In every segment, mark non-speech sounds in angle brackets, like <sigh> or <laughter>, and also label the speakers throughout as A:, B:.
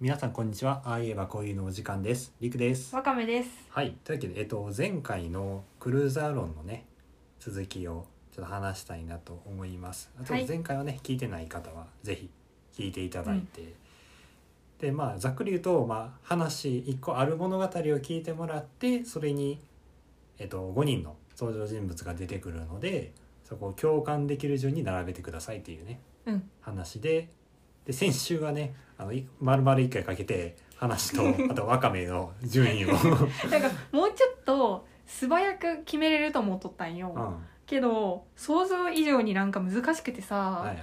A: 皆さんこんにちはああ言えばこういうのお時間ですりくです
B: わかめです。
A: はいというわけでえっと前回のクルーザー論のね続きをちょっと話したいなと思いますあと
B: はい
A: 前回はね、聞いてない方はぜひ聞いていただいて、でまあざっくり言うとまあ話一個ある物語を聞いてもらってそれにえっと5人の登場人物が出てくるのでそこを共感できる順に並べてくださいっていうね
B: うん。
A: 話でで先週はねあのい丸々1回かけて話と
B: <laughs>
A: あとわかめの順位を、う
B: なんかもうちょっと素早く決めれると思っとったんよ。
A: ん、は
B: けど想像以上になんか難しくてさ、
A: いはい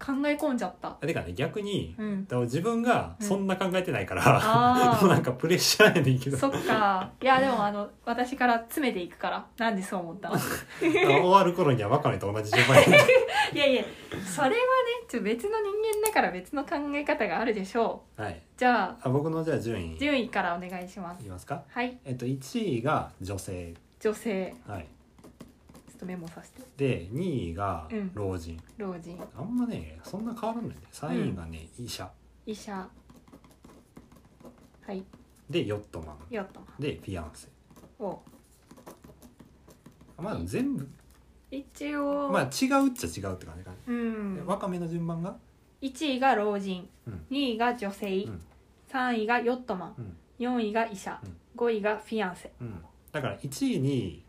B: 考え込んじゃった。
A: あ。てかね逆に、 <laughs>
B: うん。
A: だから自分がそんな考えてないから、
B: あー
A: <laughs> もうなんかプレッシャーやねんけど
B: そっか。いやでもあの私から詰めていくから。なんでそう
A: <laughs>
B: 思ったの。
A: <laughs> 終わる頃にはわかめと同じ順番に
B: <laughs> いやいや。それはね、ちょ別の人間だから別の考え方があるでしょ
A: はい、
B: う。じゃあ
A: あ僕のじゃあ順位い
B: 順位からお願いします。
A: きますか
B: はい。
A: えっと1位が女性、
B: 女性。
A: はい、
B: ちょっとメモさせて。
A: で2位が
B: うん
A: 老人、
B: 老人。
A: あんまねそんな変わらないね3位がね、医者
B: 医者。はい。
A: でヨットマン
B: やったな。
A: でフィアンセ
B: お。
A: まあ全部
B: 一応、
A: まあ違うっちゃ違うって感じかな、
B: うん、
A: わかめの順番が、
B: 1位が老人、
A: うん
B: 2位が女性、
A: うん
B: 3位がヨットマン
A: うん
B: 4位が医者、
A: うん
B: 5位がフィアンセ
A: うん、だから1位2位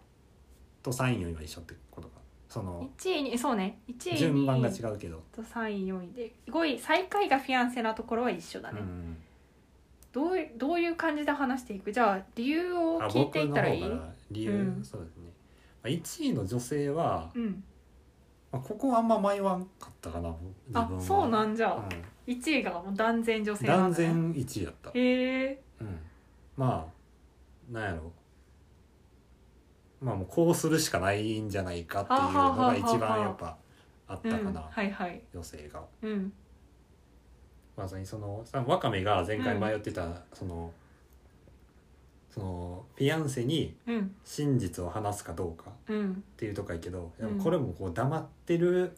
A: と3位4位は一緒ってことかその
B: 1位にそうね1位
A: 順番が違
B: 2位
A: うけど、
B: と3位4位で5位最下位がフィアンセなところは一緒だ
A: う
B: ね、
A: ん、
B: どういどういう感じで話していくじゃあ理由を聞いていったらいい
A: ら理由、
B: うん
A: そうですねまあ1位の女性は、
B: うん
A: まあ、ここはあんま迷わんかったかな僕自
B: あ
A: 分は
B: そうなんじゃ、
A: うん
B: 1位がもう断然女性な
A: 断
B: んだ、ね、
A: 然1位やった、
B: へえ
A: うん、まあなんやろうまあもうこうするしかないんじゃないかっていうのが一番やっぱあった
B: う
A: か
B: ん
A: な、
B: はいはい
A: 女性が。
B: うん
A: まさにそのさワカメが前回迷ってた、そのそのフィアンセに
B: うん
A: 真実を話すかどうかっ
B: うん
A: ていうとこやけど、
B: うん
A: でもこれもこう黙ってる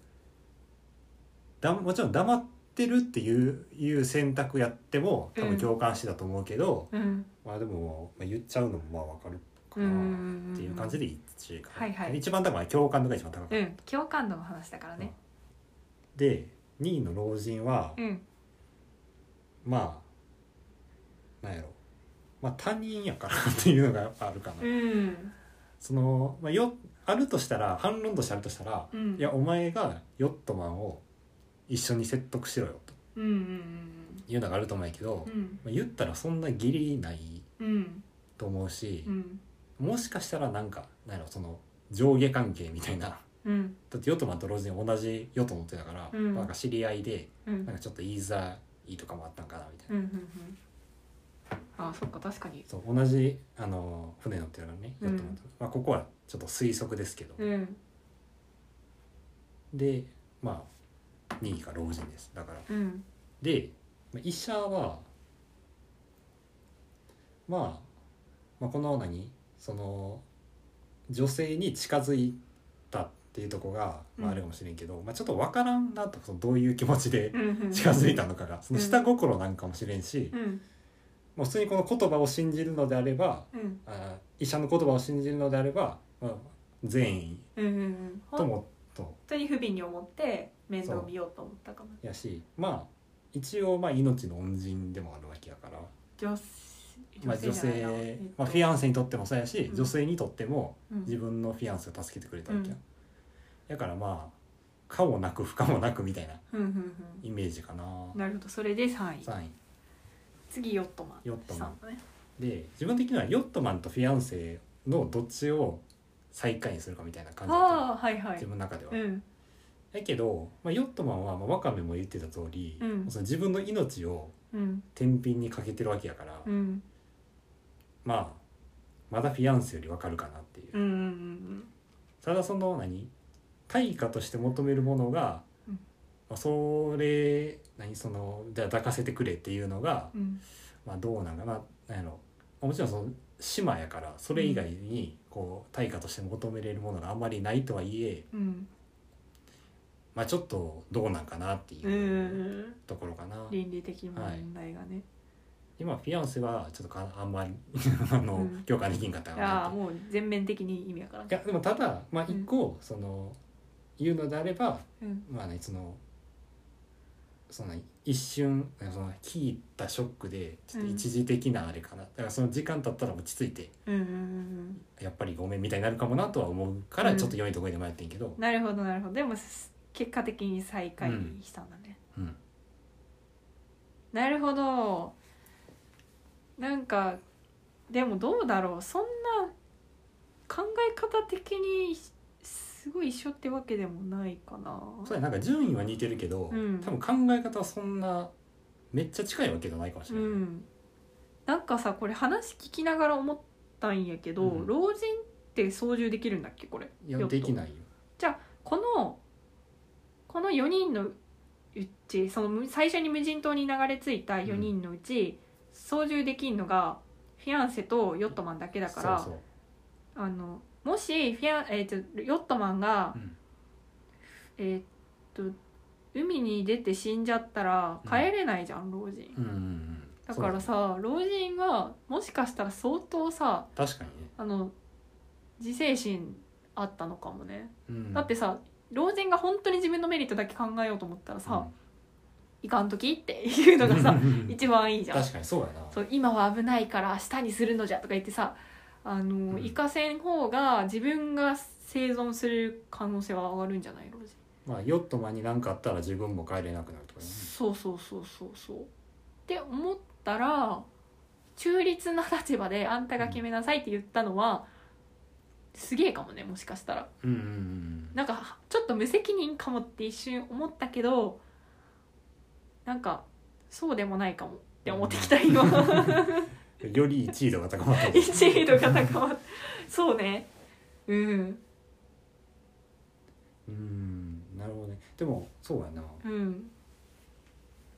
A: だもちろん黙ってるっていういう選択やっても多
B: う
A: 分
B: ん
A: 共感してたと思うけど、
B: うん
A: まあでも、まあ、言っちゃうのもまあわかるか
B: うんうん
A: な
B: うん
A: っていう感じで一位かな、
B: はいはい
A: 一番多分共感度が一番高かった、
B: うん共感度の話だからね
A: で2位の老人は、
B: うん
A: まあなんやろまあ他人やからっていうのがやっぱあるかな、
B: うん
A: その、まあ、よあるとしたら反論としてあるとしたら、
B: うん
A: いやお前がヨットマンを一緒に説得しろよと
B: うんうん
A: いうのがあると思うんやけど、
B: うんうん
A: まあ、言ったらそんな義理ない
B: うん
A: と思うし
B: う、ん
A: もしかしたらなんかなんやろその上下関係みたいな
B: うん
A: だってヨットマンとロジン同じヨット持ってたから、
B: うん
A: まあなんか知り合いで
B: うんうん
A: なんかちょっと言いづらいとかもあったんかなみたいな。
B: うんうんあそっか確かに
A: そう同じあの船乗ってるのねヨットマンと、
B: う
A: まあ、ここはちょっと推測ですけど、
B: うん
A: でまあ2位が老人ですだから
B: うん
A: で、まあ、医者はまあ、まあこの何その女性に近づいたっていうとこが、まあ、
B: うん
A: あるかもしれんけど、まあ、ちょっと分からんなとそのどういう気持ちで
B: うんうん
A: 近づいたのかがその下心なんかもしれんし、
B: うん
A: まあ、普通にこの言葉を信じるのであれば
B: うん
A: あ医者の言葉を信じるのであれば、まあ、善意
B: うんうんうん
A: と
B: 本
A: もと
B: 当に不憫に思って面倒見ようと思ったかも
A: やしまあ一応まあ命の恩人でもあるわけやから、
B: 女性
A: まあ、女
B: じゃないな
A: 性
B: えっと
A: まあ、フィアンセにとってもそうやし、
B: うん
A: 女性にとっても
B: うん
A: 自分のフィアンセを助けてくれたわけや、
B: うん
A: だからまあ可もなく不可もなくみたいな
B: うんうん
A: イメージかな、
B: うんなるほどそれで三位
A: 3位
B: 次ヨットマン
A: ヨットマン
B: さんね
A: で自分的にはヨットマンとフィアンセのどっちを最下位にするかみたいな感じだったの
B: ああはいは
A: 自
B: い
A: 分の中では、
B: うん
A: だけど、まあ、ヨットマンは、まあ、ワカメも言ってた通り、
B: うん
A: その自分の命を
B: うん
A: 天秤にかけてるわけやから、
B: うん
A: まあまだフィアンセよりわかるかなっていう、
B: うんうん
A: ただその何対価として求めるものが、
B: うん
A: まあ、それ何そのじゃあ抱かせてくれっていうのが、
B: うんうん
A: まあ、どうなんかななんやろまあもちろんその島やからそれ以外にこう対価として求めれるものがあんまりないとはいえ
B: うん
A: まあ、ちょっとどうなんかなって
B: う
A: いう
B: ーん
A: ところかな、
B: 倫理的問題がね、
A: 今フィアンセはちょっとかあんまり <laughs> あの、
B: うん
A: 共感できんかった
B: い、
A: か
B: や
A: な
B: ー
A: って
B: もう全面的に意味わからん
A: いやでもただまあ
B: うん
A: 一個、その言うのであれば
B: うん
A: まあねそのその一瞬その聞いたショックでちょっと一時的なあれかな、だからその時間経ったら落ち着いて
B: うんうんうん
A: やっぱりごめんみたいになるかもなとは思うから、
B: うん
A: ちょっと良いところで迷ってんけど
B: うん、なるほどなるほどでもす結果的に再会したんだね、
A: うん
B: なるほどなんかでもどうだろうそんな考え方的にすごい一緒ってわけでもないかな
A: そうやなんか順位は似てるけど、
B: うん
A: 多分考え方はそんなめっちゃ近いわけじゃないかもし
B: う
A: れない、
B: ん、なんかさこれ話聞きながら思ったんやけど、
A: うん
B: 老人って操縦できるんだっけこれ
A: いやできないよ
B: このこの4人のうちその最初に無人島に流れ着いた4人のうち、操縦できんのがフィアンセとヨットマンだけだから
A: そう
B: あのもしフィアン、えー、とヨットマンが
A: そう、う、ん
B: えーっと海に出て死んじゃったら帰れないじゃん、老人
A: うんうんうん、
B: だからさ老人はもしかしたら相当さ
A: そう確かにね、
B: あの自制心あったのかもね、
A: うん、
B: だってさ老人が本当に自分のメリットだけ考えようと思ったらさ、いかんときっていうの
A: <laughs>
B: がさ一番いいじゃん
A: 確かにそうやな
B: そう今は危ないから明日にするのじゃとか言ってさあの、
A: ん
B: 行かせん方が自分が生存する可能性は上がるんじゃない老人、
A: まあ、ヨットマンに何かあったら自分も帰れなくなるとかね
B: そうそうそうそうそうって思ったら中立な立場であんたが決めなさいって言ったのは、すげえかもねもしかしたら
A: うんうんうん
B: なんかちょっと無責任かもって一瞬思ったけどなんかそうでもないかもって思ってきた今
A: うんより一位度が高まった
B: 一位度が高まっそうねうん
A: うんなるほどねでもそうやな
B: うん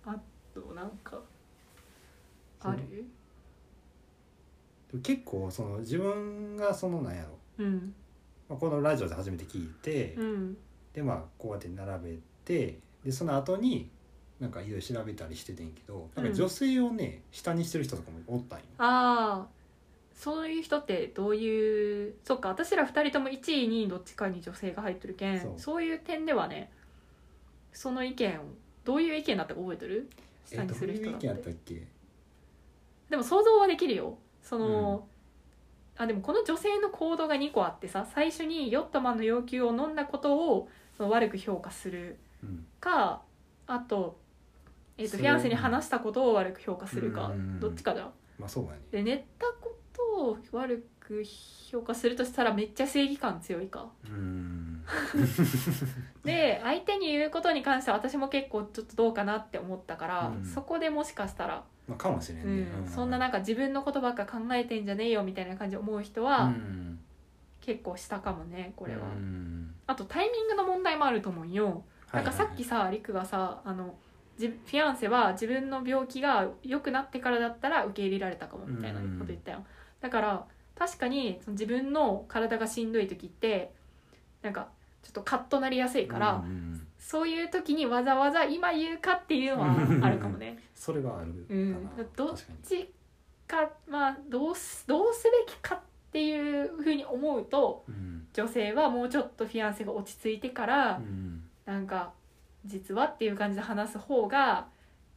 B: あとなんかある
A: 結構その自分がそのなんやろ、
B: うん
A: まあ、このラジオで初めて聞いて、
B: うん
A: でまあこうやって並べてでその後になんかいろいろ調べたりしててんけどなんか女性をね、下にしてる人とかもおったんよ
B: ああそういう人ってどういうそっか私ら2人とも1位2位どっちかに女性が入ってるけん
A: そ
B: そうういう点ではねその意見をどういう意見だったか覚えてる
A: え
B: 下にする人だっ
A: どういう意見やってたっけ
B: でも想像はできるよその、あでもこの女性の行動が2個あってさ最初にヨットマンの要求を飲んだことをその悪く評価する
A: うん
B: かあと,、えー、
A: そ
B: と
A: れ
B: フィアンセに話したことを悪く評価するか
A: うん
B: どっちかじゃん
A: まあそうやね
B: で寝たことを悪く評価するとしたらめっちゃ正義感強いか
A: うん
B: で相手に言うことに関しては私も結構ちょっとどうかなって思ったから、
A: うん
B: そこでもしかしたら、
A: まあかもしれ
B: うん
A: ね
B: ん、そんななんか自分のことばっか考えてんじゃねえよみたいな感じで思う人
A: う
B: は
A: ん
B: 結構したかもねこれは、
A: うん
B: あとタイミングの問題もあると思うんよなんかさっきさりくがさあのじフィアンセは自分の病気が良くなってからだったら受け入れられたかもみたいなこと言ったよ、ん、だから確かにその自分の体がしんどい時ってなんかちょっとカッとなりやすいから、
A: うんうんうん
B: そういう時にわざわざ今言うかっていうのはあるかもね。
A: それはある
B: う
A: かな、
B: ん、どっ
A: 確かに
B: ちかまあどうすどうすべきかっていうふうに思うと
A: うん
B: 女性はもうちょっとフィアンセが落ち着いてから、
A: うん
B: なんか実はっていう感じで話す方が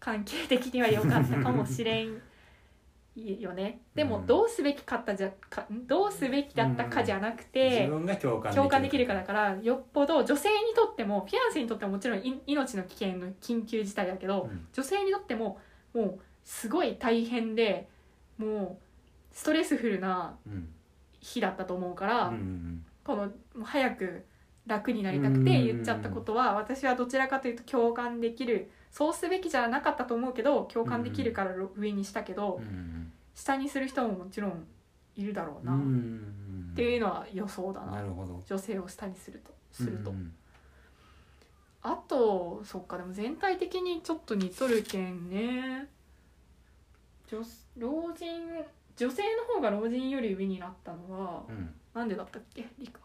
B: 関係的には良かったかもしれんよねでも
A: うん
B: どうすべきかったじゃかどうすべきだったかじゃなく
A: 自
B: て、
A: 分が共感
B: 共感できるかだからよっぽど女性にとってもフィアンセにとってももちろんい命の危険の緊急事態だけど、
A: うん
B: 女性にとってももうすごい大変でもうストレスフルな
A: うん
B: 日だったと思うから、
A: うんうん
B: このもう早く楽になりた
A: う
B: く
A: んうんうんう
B: て
A: ん
B: 言っちゃったことは私はどちらかというと共感できるそうすべきじゃなかったと思うけど共感できるから上にしたけ
A: う
B: ど、
A: んうん
B: 下にする人ももちろんいるだろう
A: う
B: な、っ
A: ん
B: ていうのは予想だな
A: なるほど
B: 女性を下にするとすると、
A: うんうん
B: あとそっかでも全体的にちょっと似とるけんね女老人女性の方が老人より上になったのは
A: うん
B: なんでだったっけ理科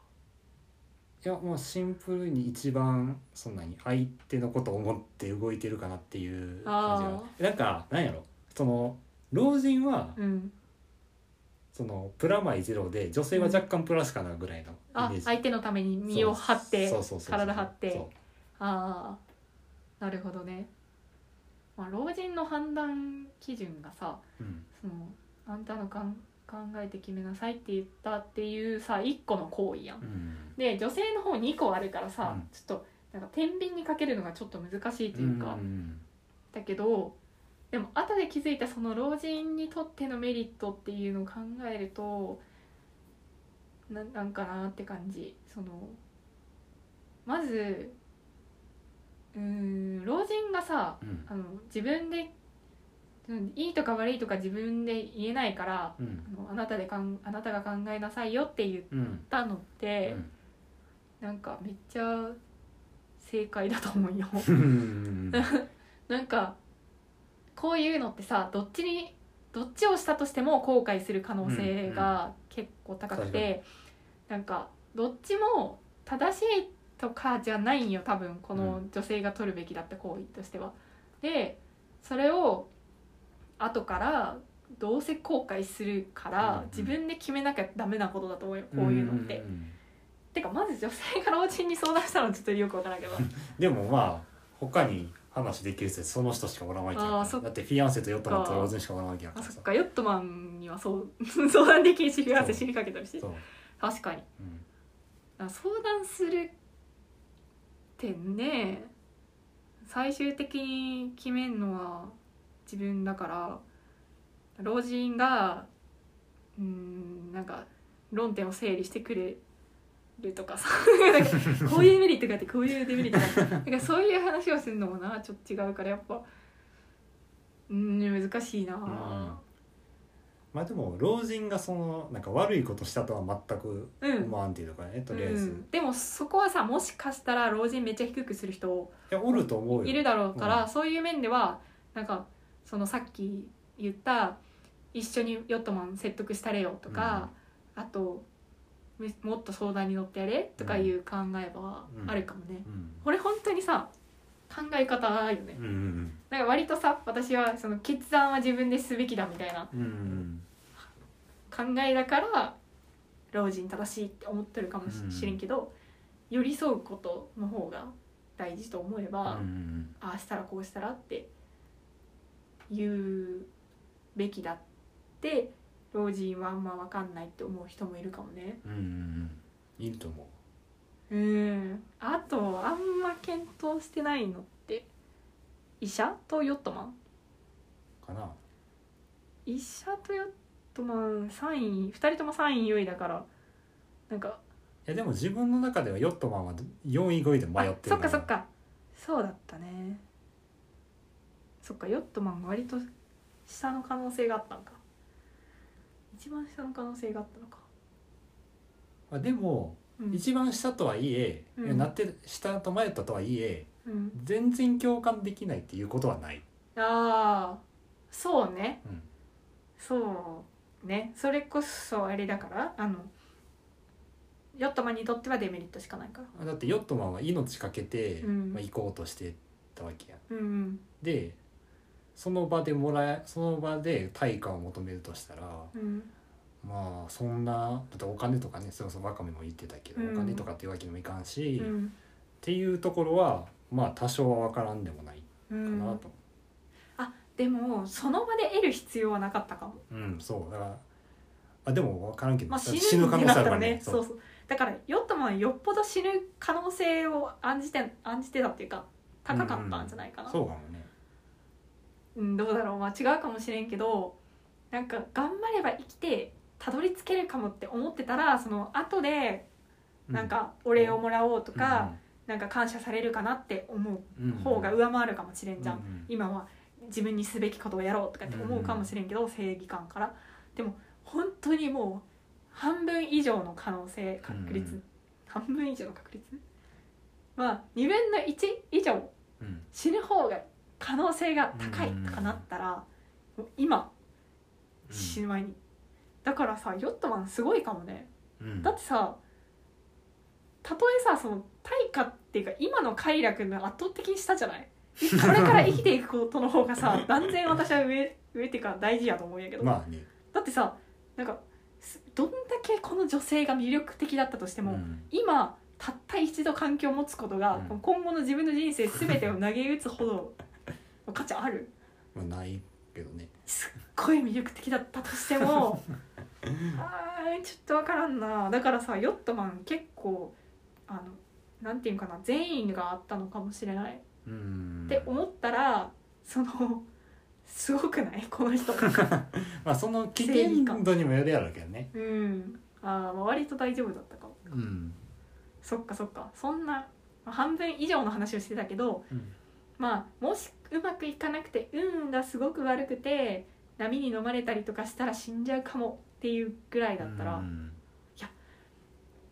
A: いやもうシンプルに一番そんなに相手のことを思って動いてるかなっていう感じ
B: あ
A: がなんかなんやろその老人は
B: うん、
A: そのプラマイゼロで女性は若干プラスかなぐらいの
B: あ
A: イメージ
B: 相手のために身を張って
A: そうそうそうそう
B: 体張って
A: そう
B: ああなるほどね、まあ、老人の判断基準がさ
A: うん
B: そのあんたのかん考えて決めなさいって言ったっていうさ1個の行為や
A: う
B: ん
A: ん
B: で女性の方2個あるからさ、
A: うん
B: ちょっとなんか天秤にかけるのがちょっと難しいと
A: う
B: い
A: ん
B: うか、
A: うん
B: だけどでも後で気づいたその老人にとってのメリットっていうのを考えるとななんかなって感じそのまずうーん老人がさ
A: うん
B: あの自分でうんいいとか悪いとか自分で言えないから
A: うん
B: あのあなたでかんあなたが考えなさいよって言っ
A: うん
B: たのって、なんかめっちゃ正解だと思うよ。
A: うん
B: なんかこういうのってさどっちにどっちをしたとしても後悔する可能性が結構高くて、なんかどっちも正しいとかじゃないんよ多分この女性が取るべきだった行為としては。でそれを後からどうせ後悔するか
A: う
B: ら、
A: ん
B: 自分で決めなきゃダメなことだと思うよこういうのって。
A: んん
B: てかまず女性が老人に相談したのちょっとよくわからんけど
A: でもまあ他に話できる人ってその人しかおらんわけやから
B: あーそっか
A: だってフィアンセとヨットマンと老人しかおらんわけやか
B: あ
A: ら
B: そ
A: さ
B: っかヨットマンにはそう <laughs> 相談できんしフィアンセ死にかけたりして
A: そう、
B: 確かに
A: うん
B: あ相談するってね最終的に決めんのは自分だから老人がうーんなんか論点を整理してくれるとかさ <laughs> なんかこういうメリットがあってこういうデメリットがあってなんかそういう話をするのもなちょっと違うからやっぱうーん難しいな、
A: まあでも老人がそのなんか悪いことしたとは全く
B: うん
A: 思わんっていうとかね、とりあえ
B: う
A: ず、い
B: ん、でもそこはさもしかしたら老人めっちゃ低くする人
A: やおると思うよ
B: いるだろうから、
A: う
B: そういう面ではなんかそのさっき言った一緒にヨットマン説得したれよとか、あとむもっと相談に乗ってやれとかいう考えはあるかもね、
A: うん
B: これ本当にさ考え方よね
A: うんうん
B: なんか割とさ私はその決断は自分ですべきだみたいな
A: うんうん
B: 考えだから老人正しいって思ってるかもししれんけど、寄り添うことの方が大事と思えば、
A: うん
B: ああしたらこうしたらって言うべきだって老人はあんま分かんないって思う人もいるかもね
A: うんうんいると思
B: うんあとあんま検討してないのって医者とヨットマン
A: うかな
B: 医者とヨットマン3位2人とも3位良いだからなんか
A: いやでも自分の中ではヨットマンは4位5位で迷って
B: あそ
A: る
B: っかそっかそうだったねそっかヨットマンが割と下の可能性があったのか一番下の可能性があったのか、
A: まあでも
B: うん
A: 一番下とはいえ、
B: うん
A: いやなって下と迷ったとはいえ
B: うん、
A: 全然共感できないっていうことはない、
B: ああそうね
A: うん
B: そうねそれこそあれだからあのヨットマンにとってはデメリットしかないから
A: だってヨットマンは命かけて、
B: うん
A: まあ、行こうとしてたわけやん
B: うんうん
A: でその場でもらえその場で対価を求めるとしたら
B: うん
A: まあそんなだってお金とかねそれこそワカメも言ってたけど、
B: うん
A: お金とかっていうわけにもいかんし、っ
B: うん
A: ていうところはまあ多少は分からんでもないかなと、
B: でもその場で得る必要はなかったかも
A: うんそうだからあでも分からんけど、
B: まあ、死ぬ
A: 死ぬ可
B: って
A: 能
B: な
A: 性あ
B: った
A: るからら
B: ね
A: ね
B: そうそうだからヨットマンはよっぽど死ぬ可能性を案じて案じてたっていうか高かったんじゃないかな、うん
A: そうかもね
B: どうだろうまあ違うかもしれんけどなんか頑張れば生きてたどり着けるかもって思ってたらその後で
A: う
B: なんかお礼をもらおうとか、なんか感謝されるかなって思
A: うんうん
B: う方が
A: う
B: 上回るかもしれ
A: ん
B: んじゃん、
A: うん
B: 今は自分にすべきことをやろうとかって思うかもしれんけど、正義感からでも本当にもう半分以上の可能性確率、
A: うん
B: 半分以上の確率まあ2分の1以上
A: うん
B: 死ぬ方が可能性が高いとかなったら、もう今
A: うん
B: 死ぬ前に、だからさヨットマンすごいかもねだってさたとえさその対価っていうか今の快楽の圧倒的に下じゃ
A: <laughs>
B: ないこれから生きていくことの方がさ断然私は上上っていうか大事やと思うんやけど、
A: まあね
B: だってさなんかすどんだけこの女性が魅力的だったとしても、
A: うん
B: 今たった一度環境を持つことが、
A: うん
B: 今後の自分の人生全てを投げ打つほどの価値ある
A: まあ、ないけどね
B: すっごい魅力的だったとして
A: <laughs>
B: もあーちょっとわからんなだからさヨットマン結構あのなんていうんかな善意があったのかもしれない、
A: うん
B: って思ったらそのすごくないこ
A: <laughs>
B: の人
A: <laughs> まあその危険度にもよるやろうけどね
B: うんあーまあ割と大丈夫だったかも
A: うん、
B: そっかそっかそんなまあ半分以上の話をしてたけど
A: うん
B: まあもしうまくいかなくて運がすごく悪くて波に飲まれたりとかしたら死んじゃうかもっていうぐらいだったら、
A: うん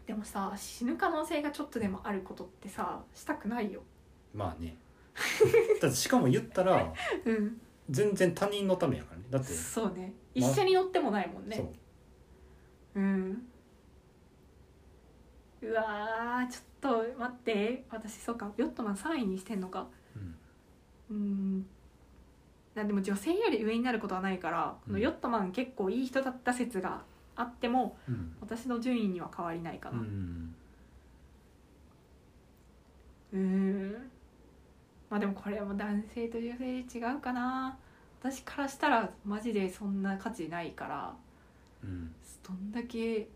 B: でもさ死ぬ可能性がちょっとでもあることってさしたくないよ。
A: まあね <laughs> だってしかも言ったら
B: うん、
A: 全然他人のためやからねだって、
B: そうね
A: ま
B: 一緒に乗ってもないもんね。
A: そう
B: うんうわーちょっと待って私そうかヨットマン3位にしてんのか
A: うん
B: うんなでも女性より上になることはないから、このヨットマン結構いい人だった説があっても
A: うん
B: 私の順位には変わりないか
A: う
B: な、
A: ん
B: うーんまあでもこれも男性と女性で違うかな私からしたらマジでそんな価値ないから
A: うん
B: どんだけ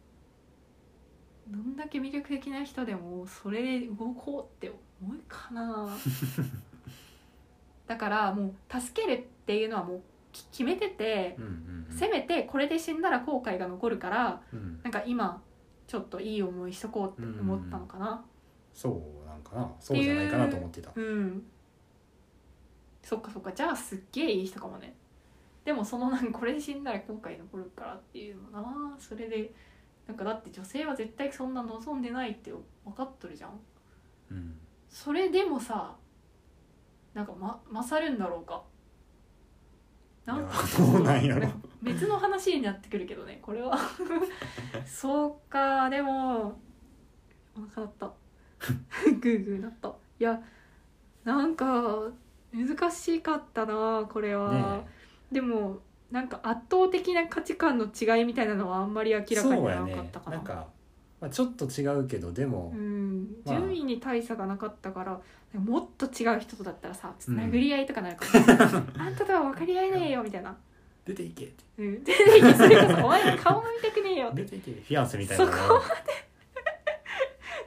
B: どんだけ魅力的な人でもそれで動こうって思うかなだからもう助けるっていうのはもうき決めてて
A: うんうん
B: せめてこれで死んだら後悔が残るから
A: うん
B: なんか今ちょっといい思いしとこうって思ったのかな、
A: そうなんかなそうじゃないかなと思ってた
B: うんそっかそっかじゃあすっげえいい人かもねでもそのなんかこれで死んだら後悔残るからっていうのなそれでなんかだって女性は絶対そんな望んでないって分かっとるじゃん
A: うん
B: それでもさなんか、ま、勝るんだろうかなんか
A: いやどうなんやろ
B: 別の話になってくるけどねこ
A: <laughs>
B: れはそうかでもお腹鳴った
A: <laughs>
B: グーグーなったいやなんか難しかったなこれは、
A: ね
B: でもなんか圧倒的な価値観の違いみたいなのはあんまり明らか
A: そ
B: に
A: う
B: な
A: や
B: らな
A: ね
B: かったかな
A: なんか、まあ、ちょっと違うけどでも
B: う、ん、
A: まあ
B: 順位に大差がなかったから、もっと違う人とだったらさちょっと
A: うん
B: 殴り合いとかな
A: <laughs>
B: るから、あんたとは分かり合えねえよみたいな、
A: 出ていけって
B: うん、全然いやそれこそお前の顔も見たくねえよって
A: 出ていけフィアンセみたいなのが
B: そ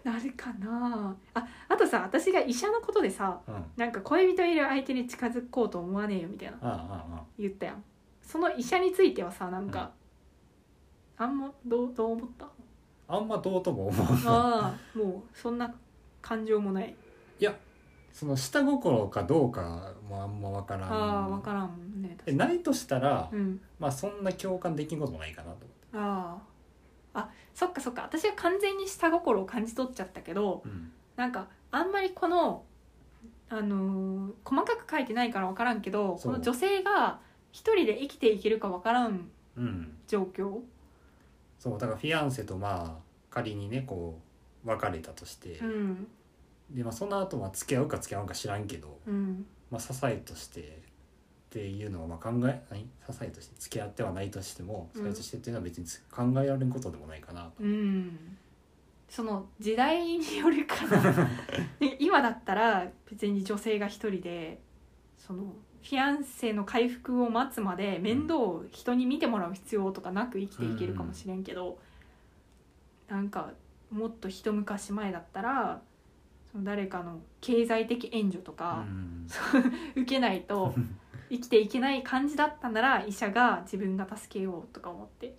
B: なるかなああとさ私が医者のことでさ
A: うん、あ
B: なんか恋人いる相手に近づこうと思わねえよみたいな
A: ああ
B: 言ったやんその医者についてはさなんか、あんまどうどう思
A: <laughs>
B: った
A: あああんまどうとも思う
B: ああもうそんな感情もない
A: その下心かどうかもあんま分からん
B: ああ分からんもんね
A: え
B: 確か
A: ないとしたら、
B: にうん
A: まあそんな共感できんこともないかなと思って
B: あああそっかそっか私は完全に下心を感じ取っちゃったけど
A: うん
B: なんかあんまりこの、あのー細かく書いてないから分からんけど
A: そ
B: こ
A: う
B: の女性が一人で生きていけるか分からん
A: うん
B: 状況
A: そうだからフィアンセとまあ仮にねこう別れたとして、
B: うん
A: でまあその後は付き合うか付き合わんか知らんけど、
B: うん
A: まあ、支えとしてっていうのはまあ考えない支えとして付き合ってはないとしても
B: うん
A: 支えとしてっていうのは別につ考えられることでもないかなと、
B: うんその時代によるか
A: <laughs>
B: なね今だったら別に女性が一人でそのフィアンセの回復を待つまで面倒を人に見てもらう必要とかなく生きていけるかもしれんけど、なんかもっと一昔前だったらその誰かの経済的援助と
A: う
B: か、
A: ん、
B: 受けないと生きていけない感じだったなら医者が自分が助けようとか思って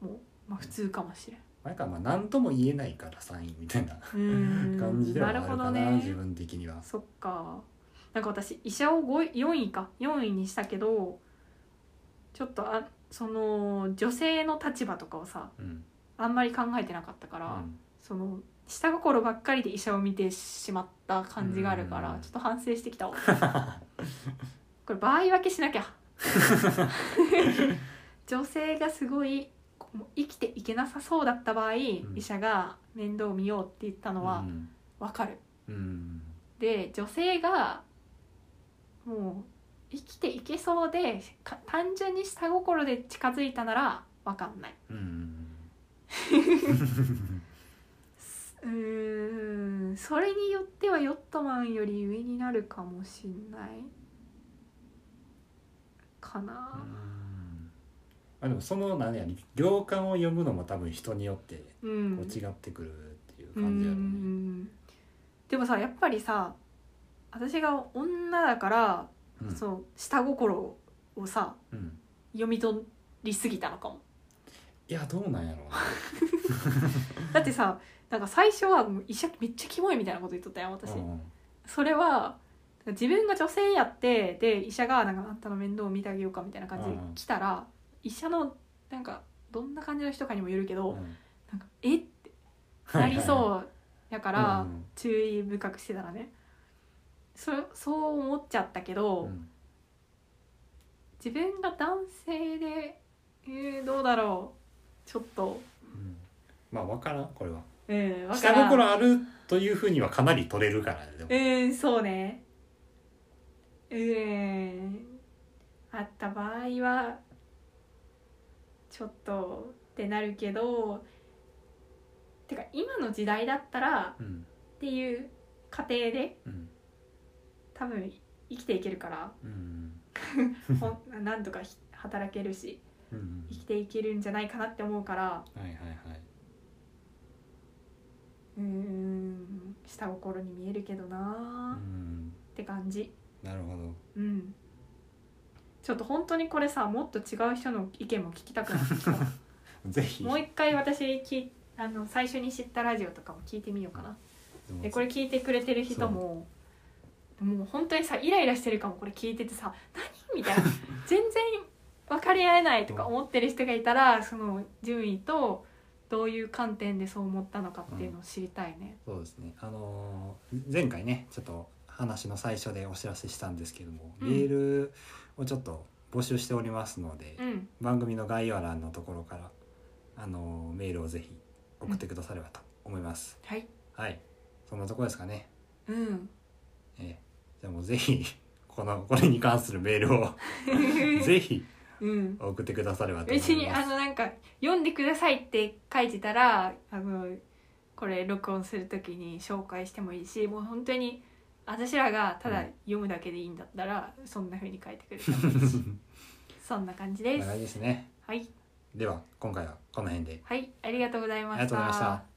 B: もう、まあ、普通かもしれん。
A: 前 <laughs> からまあ何とも言えないから3位みたいな
B: 感
A: 感じではあるかな自
B: ね、
A: 分的には。
B: そっかなんか私医者を5 4位か4位にしたけどちょっとあその女性の立場とかをさ
A: うん
B: あんまり考えてなかったから、その下心ばっかりで医者を見てしまった感じがあるから
A: うん
B: ちょっと反省してきたわ
A: <laughs>
B: これ場合分けしなきゃ女性がすごいこもう生きていけなさそうだった場合、医者が面倒見ようって言ったのは
A: うん
B: わかる。
A: うん
B: で女性がもう生きていけそうでか単純に下心で近づいたならわかんない。
A: うん
B: うーんそれによってはヨットマンより上になるかもしんないか
A: う
B: な。
A: んあでもその何や行間を読むのも多分人によって
B: うん、
A: こう違ってくるっていう
B: うんうん
A: 感じやろ
B: う
A: うね。
B: んでもさやっぱりさ私が女だから、
A: うん
B: その下心をさ
A: うん
B: 読み取りすぎたのかも
A: いやどうなんやろうな。
B: だってさなんか最初はもう医者めっちゃキモいみたいなこと言っとったよ私、
A: うんうん
B: それは自分が女性やってで医者がなんか「あんたの面倒を見てあげようか」みたいな感じで
A: うん
B: 来たら、医者のなんかどんな感じの人かにもよるけど、
A: うん
B: なんか「えっ?」てな
A: はいは
B: り
A: いはい
B: そうやから、
A: うん
B: 注意深くしてたらねそそう思っちゃったけど、
A: うん
B: 自分が男性で、えーどうだろうちょっと、
A: うんまあ分からんこれは
B: うん、わか
A: 下
B: らん
A: 心あるというふうにはかなり取れるからねでも
B: うんそうねうんあった場合はちょっとってなるけどてか今の時代だったら
A: うん
B: っていう過程で
A: うん
B: 多分生きていけるから
A: うん
B: ほんなんとかひ働けるし
A: うん
B: 生きていけるんじゃないかなって思うから
A: はいはいはい
B: うん下心に見えるけど
A: う
B: なーっ
A: ん
B: て感じ。
A: なるほど
B: うんちょっと本当にこれさもっと違う人の意見も聞きたくなって <laughs> きた
A: ぜひ
B: もう一回私きあの最初に知ったラジオとかも聞いてみようかな
A: でも
B: でこれ聞いてくれてる人ももう本当にさイライラしてるかもこれ聞いててさ「何?」みたい <laughs> な全然分かり合えないとか思ってる人がいたらその順位とどういう観点でそう思ったのかっていうのを知りたいね。
A: そうですねあのー前回ねちょっと話の最初でお知らせしたんですけども、
B: うん
A: メールをちょっと募集しておりますので、
B: うん、
A: 番組の概要欄のところからあのーメールをぜひ送ってくださればと思います、
B: はい、
A: はいそんなとこですかね
B: <laughs> うん
A: ええじゃあもうぜひ <laughs> このこれに関するメールをぜひ
B: うん
A: 送ってくださればと思います
B: 別にあ
A: <laughs>
B: のなんか読んでくださいって書いてたらあのこれ録音する時に紹介してもいいしもう本当に私らがただ読むだけでいいんだったら、そんな風に書いてくれてもいい
A: <laughs>
B: しそんな感じ
A: こん
B: で
A: な
B: す
A: 感じですね
B: はい
A: では今回はこの辺で
B: はいありがとうござい
A: あ
B: ま
A: り
B: し
A: がとうございました